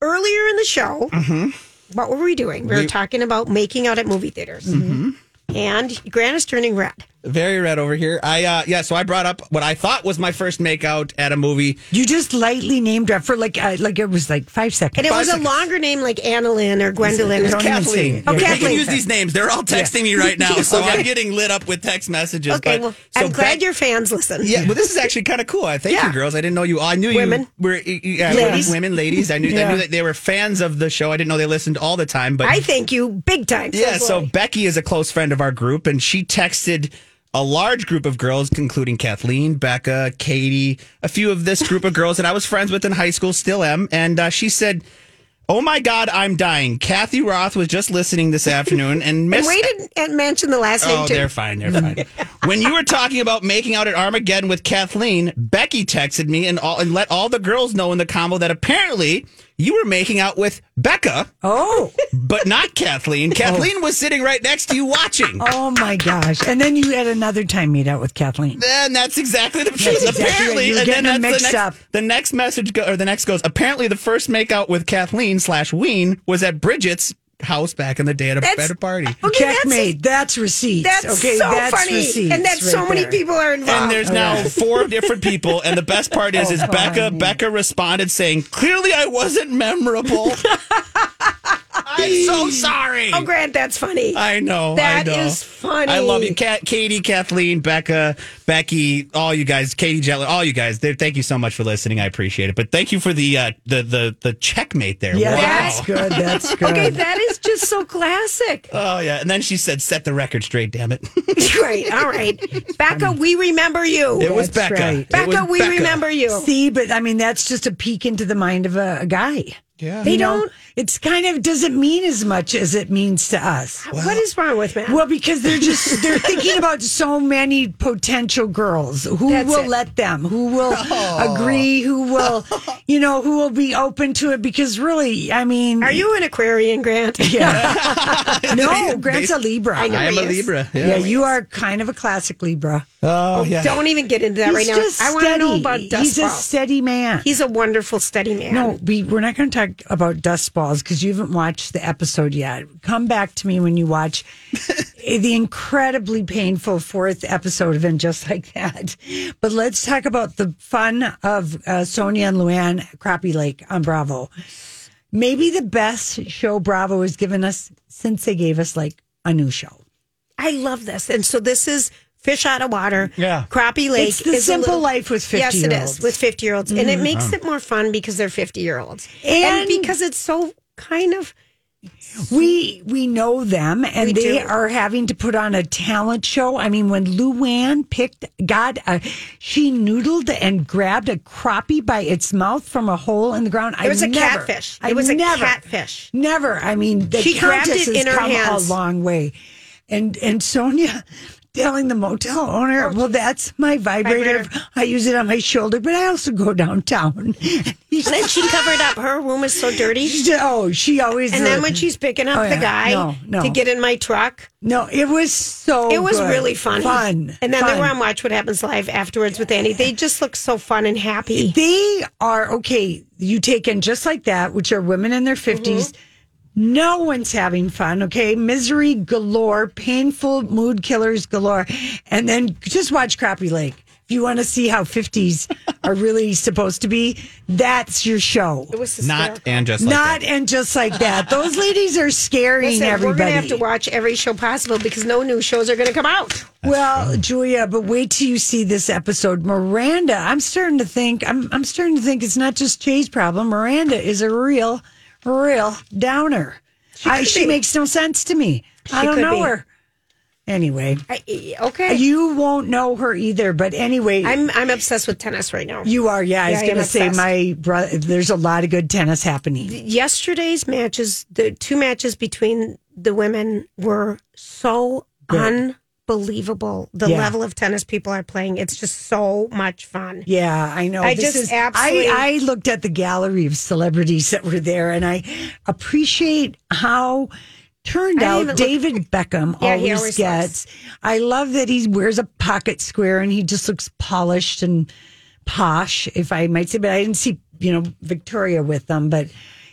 B: Earlier in the show, what were we doing? We were talking about making out at movie theaters, and Grant is turning red.
A: Very red over here. I uh, yeah. So I brought up what I thought was my first makeout at a movie.
C: You just lightly named her for like uh, like it was like five seconds.
B: And it was a longer name like Annalyn or Gwendolyn.
C: It's
B: or-
C: Don't even say
A: Kathleen.
C: it. Yeah.
A: We can
B: Kathleen.
A: use these names. They're all texting me right now, so I'm getting lit up with text messages.
B: Okay,
A: but-
B: well,
A: so
B: I'm glad
A: back-
B: your fans listen.
A: Yeah, well, this is actually kind of cool. I thank
B: Yeah.
A: you, girls. I didn't know you. I knew
B: Women.
A: you were yeah,
B: Ladies.
A: women, ladies. I knew, I knew that they were fans of the show. I didn't know they listened all the time, but
B: I thank you big time.
A: yeah.
B: says
A: So
B: Lori.
A: Becky is a close friend of our group, and she texted a large group of girls, including Kathleen, Becca, Katie, a few of this group
B: [laughs]
A: of girls that I was friends with in high school, still am, and uh, she said. Oh my God, I'm dying. Kathy Roth was just listening this afternoon and
B: [laughs] And
A: missed
B: Wade didn't and mention the last name
A: Oh,
B: too.
A: they're fine. They're
C: [laughs]
A: fine. when you were talking about making out at Armageddon with Kathleen, Becky texted me and all and let all the girls know in the combo that apparently you were making out with Becca,
C: Oh,
A: but not Kathleen.
C: [laughs]
A: Kathleen was sitting right next to you watching.
C: oh my gosh! And then you had another time meet out with Kathleen.
A: And that's exactly the truth.
C: exactly right.
A: apparently,
C: You're
A: and then
C: getting them
A: that's
C: mixed
A: the next,
C: up.
A: The next message go, or the next goes. Apparently, the first makeout with Kathleen slash Ween was at Bridget's house back in the day at a,
B: That's-
A: at a party.
B: Okay, that's-
C: Checkmate. That's, receipts.
B: That's
C: okay,
B: so
C: that's
B: funny,
C: receipts
B: and that
C: right
B: so many
C: there.
B: people are
A: And
B: involved.
A: there's now four different people, and the best part is, is
C: Oh,
A: Becca.
C: man.
A: Becca responded saying, "Clearly, I wasn't memorable. I'm so sorry.
B: oh, Grant, that's funny.
A: I know.
B: That
A: I know.
B: is funny.
A: I love you, Kat, Katie, Kathleen, Becca, Becky, all you guys, Katie, Jelly, all you guys. They- Thank you so much for listening. I appreciate it. But thank you for the uh, the the the checkmate there.
C: Yeah,
A: wow.
C: that's good. That's good.
B: [laughs] okay, that is just so classic.
A: Oh yeah. And then she said, "Set the record straight, damn it."
B: [laughs] Great. All right, Becca, we remember you.
A: it was
C: That's
A: Becca.
C: right.
A: It
B: Becca,
A: was
B: we remember you.
C: See, but I mean, that's just a peek into the mind of a, a guy.
A: Yeah.
C: They don't. It's kind of doesn't mean as much as it means to us.
B: what is wrong with Matt?
C: Well, because they're just
B: [laughs]
C: they're thinking about so many potential girls who
B: That's
C: will
B: it. Oh.
C: let them, who will agree,
B: [laughs]
C: who will, you know, who will be open to it. Because really, I mean,
B: are you an Aquarian, Grant?
C: Yeah.
B: [laughs]
C: no, Grant's a Libra.
B: I know
A: I am a
B: he is.
A: Libra. Yeah.
C: Yeah, you are kind of a classic Libra.
A: Oh yeah.
B: Don't even get into that
C: He's
B: right now.
C: just
B: I want to know
C: steady.
B: about dust
C: He's a
B: balls.
C: steady man.
B: He's a wonderful, steady man.
C: No, we, we're not going to talk about dust balls because you haven't watched the episode yet. Come back to me when you
B: [laughs]
C: watch the incredibly painful fourth episode of And Just Like That. But let's talk about the fun of uh, Sonia and Luann Crappie Lake on Bravo. Maybe the best show Bravo has given us since they gave us like a new show.
B: I love this. And so this is fish out of water.
A: Yeah.
B: Crappie Lake.
C: It's the
B: is a
C: simple
B: little-
C: life with
B: Yes, it is
C: 50-year-olds.
B: with fifty year olds, and it makes it more fun because they're fifty year olds,
C: And-
B: because it's so kind of
C: We we know them, and
B: We
C: they
B: do.
C: are having to put on a talent show. I mean, when Luann picked, God, uh, she noodled and grabbed a crappie by its mouth from a hole in the ground. I
B: it was a
C: never-
B: catfish.
C: I
B: it was
C: never,
B: a catfish.
C: Never. I mean, the
B: She grabbed
C: Countess
B: it
C: has
B: in her
C: come
B: hands.
C: a long way, and and Sonia. Telling the motel owner, well, that's my vibrator.
B: Oh. Vibrator.
C: I use it on my shoulder, but I also go downtown. [laughs] He
B: And then she covered up. Her room is so dirty.
C: said, oh, [laughs] she always.
B: And then when she's picking up
C: Oh,
B: the
C: yeah.
B: guy
C: No, no.
B: to get in my truck,
C: No, it was so.
B: it was
C: good.
B: really fun.
C: Fun.
B: And then they
C: fun.
B: were on Watch What Happens Live afterwards with Annie. They just look so fun and happy.
C: They are okay. You take in just like that, which are women in their 50s
B: Mm-hmm.
C: No one's having fun. Okay, misery galore, painful mood killers galore, and then just watch Crappy Lake. If you want to see how 50s are really supposed to be, that's your show. It
B: was
K: Not and just like
C: Not and just like that. Those ladies are scaring
B: Listen, we're
C: everybody.
B: going to have to watch every show possible because no new shows are going to come out.
C: well, Julia, but wait till you see this episode. Miranda, I'm starting to think I'm I'm starting to think it's not just Jay's problem. Miranda is a real, real downer. She, I,
B: could
C: she
B: be.
C: makes no sense to me. I
B: She
C: don't
B: could
C: know
B: be.
C: her. Anyway,
B: I, okay.
C: you won't know her either. But anyway,
B: I'm I'm obsessed with tennis right now.
C: you are. Yeah, I
B: Yeah, I
C: was
B: am
C: going to say
B: obsessed.
C: my brother. There's a lot of good tennis happening.
B: Yesterday's matches, the two matches between the women were so unbelievable. The
C: Yeah.
B: level of tennis people are playing, it's just so much fun.
C: Yeah, I know.
B: I just absolutely-
C: I, I looked at the gallery of celebrities that were there, and I appreciate how turned
B: I didn't
C: out
B: even
C: David Beckham
B: Yeah, he
C: always,
B: always
C: gets. I love that he wears a pocket square and he just looks polished and posh, if I might say. But I didn't see you know Victoria with them, but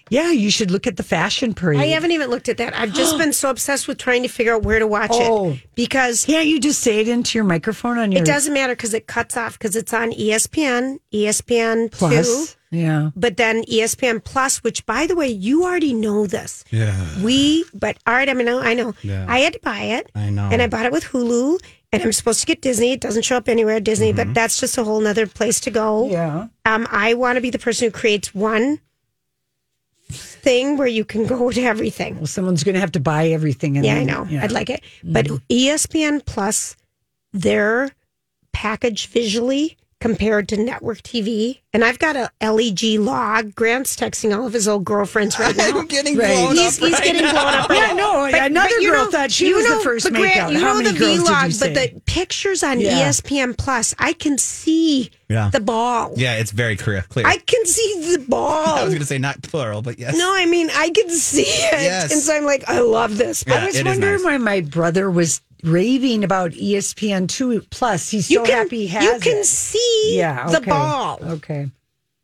C: yeah, you should look at the fashion parade.
B: I haven't even looked at that.
K: [gasps]
B: I've just been so obsessed with trying to figure out where to watch
C: Oh.
B: it because
C: Can't you just say it into your microphone on your
B: it doesn't matter because it cuts off because it's on E ESPN, ESPN two.
C: plus? Yeah.
B: but then E ESPN Plus, which by the way, you already know this.
K: Yeah.
B: We, but all right, I mean, I know.
K: Yeah.
B: I had to buy it.
K: I know.
B: And I bought it with Hulu, and I'm supposed to get Disney. It doesn't show up anywhere at Disney,
K: Mm-hmm.
B: but that's just a whole nother place to go.
C: Yeah.
B: Um, I want to be the person who creates one thing where you can go to everything.
C: Well, someone's going to have to buy everything. And
B: Yeah, I
C: then-
B: know.
C: Mm-hmm. yeah. Mm-hmm.
B: I'd like it. But E ESPN Plus, their package visually compared to network TV, and I've got a LEG log. Grant's texting all of his old girlfriends right
C: [laughs]
B: now.
A: I'm getting
C: Right.
A: blown
B: He's,
A: up.
B: he's
A: right
B: getting
A: now.
B: blown up.
C: Yeah, I know. Another
B: you
C: girl thought she
B: you
C: was the first
B: but Grant,
C: makeout.
B: You
C: How
B: know
C: many
B: the
C: girls did you
B: vlog, but
C: say?
B: the pictures on E
C: Yeah.
B: ESPN Plus, I can see
K: Yeah.
B: the ball.
K: Yeah, it's very clear. Clear.
B: I can see the ball.
K: I was going to say not plural, but yes.
B: no, I mean I can see it,
K: Yes.
B: and so I'm like, I love this.
K: Yeah,
C: I was
K: it is
C: wondering
K: nice.
C: why my brother was raving about ESPN two plus. He's so happy he has
B: you can
C: it.
B: see
C: yeah,
B: the
C: okay.
B: ball.
C: Okay.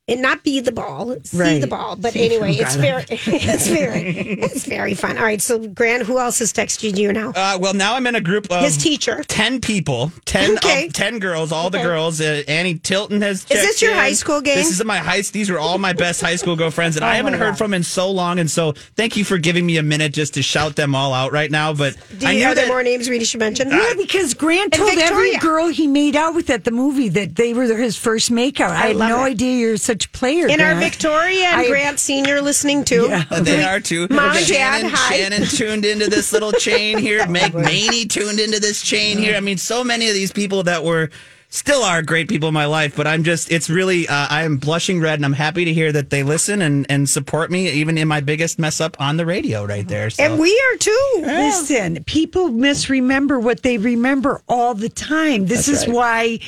B: and not be the ball, see
C: Right.
B: the ball. But
C: [laughs]
B: anyway, it's very, [laughs] it's very, it's very fun. All right, so Grant, who else has texted you now?
K: Uh, well, now I'm in a group of
B: His teacher.
K: 10 people, 10,
B: Okay.
K: of, 10 girls, all the
B: Okay.
K: girls. Uh, Annie Tilton has.
B: Is this
K: checked
B: your
K: in.
B: high school gang? Oh
K: This is my high. These are all my best high school girl
B: [laughs]
K: friends that I haven't heard from in so long. And so thank you for giving me a minute just to shout them all out right now. But
B: Do
K: I
B: you
K: knew
B: have
K: that.
B: there more names we should mention?
C: Yeah, because Grant
B: And
C: told every
B: Victoria.
C: girl he made out with at the movie that they were his first makeout. I,
B: I
C: had
B: love
C: no
B: it.
C: idea you're such a player.
B: and our
C: Grant.
B: Victoria and
C: I-
B: Grant Senior listening too.
K: Uh, They are too.
B: Mom and Dad,
K: Shannon,
B: hi.
K: Shannon tuned into this little chain
B: [laughs]
K: here. Meg Maney tuned into this chain here. I mean, so many of these people that were still are great people in my life, but I'm just, it's really, uh, I'm blushing red and I'm happy to hear that they listen and, and support me even in my biggest mess up on the radio right there. So.
B: And we are too.
C: Listen, people misremember what they remember all the time. This is why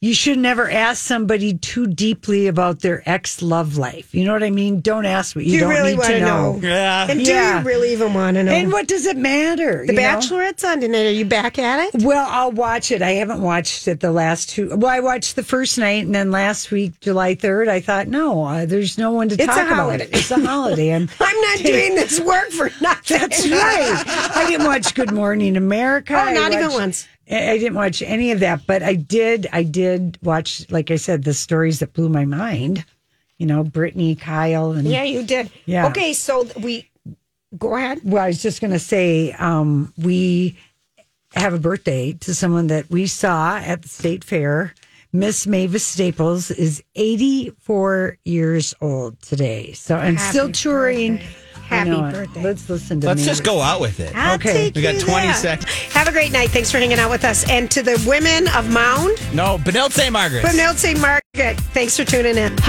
C: you should never ask somebody too deeply about their ex love life. You know what I mean? Don't ask what you,
B: You
C: don't
B: really
C: need
B: wanna
C: to know.
B: know.
K: yeah.
B: And
C: Yeah.
B: do you really even want to know?
C: And what does it matter?
B: the
C: you know?
B: Bachelorette's on tonight. Are you back at it?
C: Well, I'll watch it. I haven't watched it the last two. Well, I watched the first night, and then last week, July third, I thought, no, uh, there's no one to
B: It's a
C: talk about
B: holiday.
C: it. It's a holiday.
B: [laughs]
C: I'm,
B: I'm not doing this work for nothing.
C: That's right. I didn't watch Good Morning America.
B: Oh, not
C: I
B: even
C: watched-
B: once.
C: I I didn't watch any of that, but I did. I did watch, like I said, the stories that blew my mind. You know, Brittany, Kyle, and
B: Yeah, you did.
C: Yeah.
B: Okay, so we go ahead.
C: Well, I was just going to say um, we have a birthday to someone that we saw at the state fair. Miss Mavis Staples is 84 years old today, so and still touring. I
B: Happy
C: know it.
B: birthday.
C: Let's listen to.
K: Let's
C: Mavis.
K: just go out with it.
B: I'll
C: Okay.
B: take
K: We got
B: you
K: 20
B: there.
K: seconds.
B: Have a great night. Thanks for hanging out with us. And to the women of Mound
K: No, Benel St. Margaret.
B: from St. Margaret, thanks for tuning in.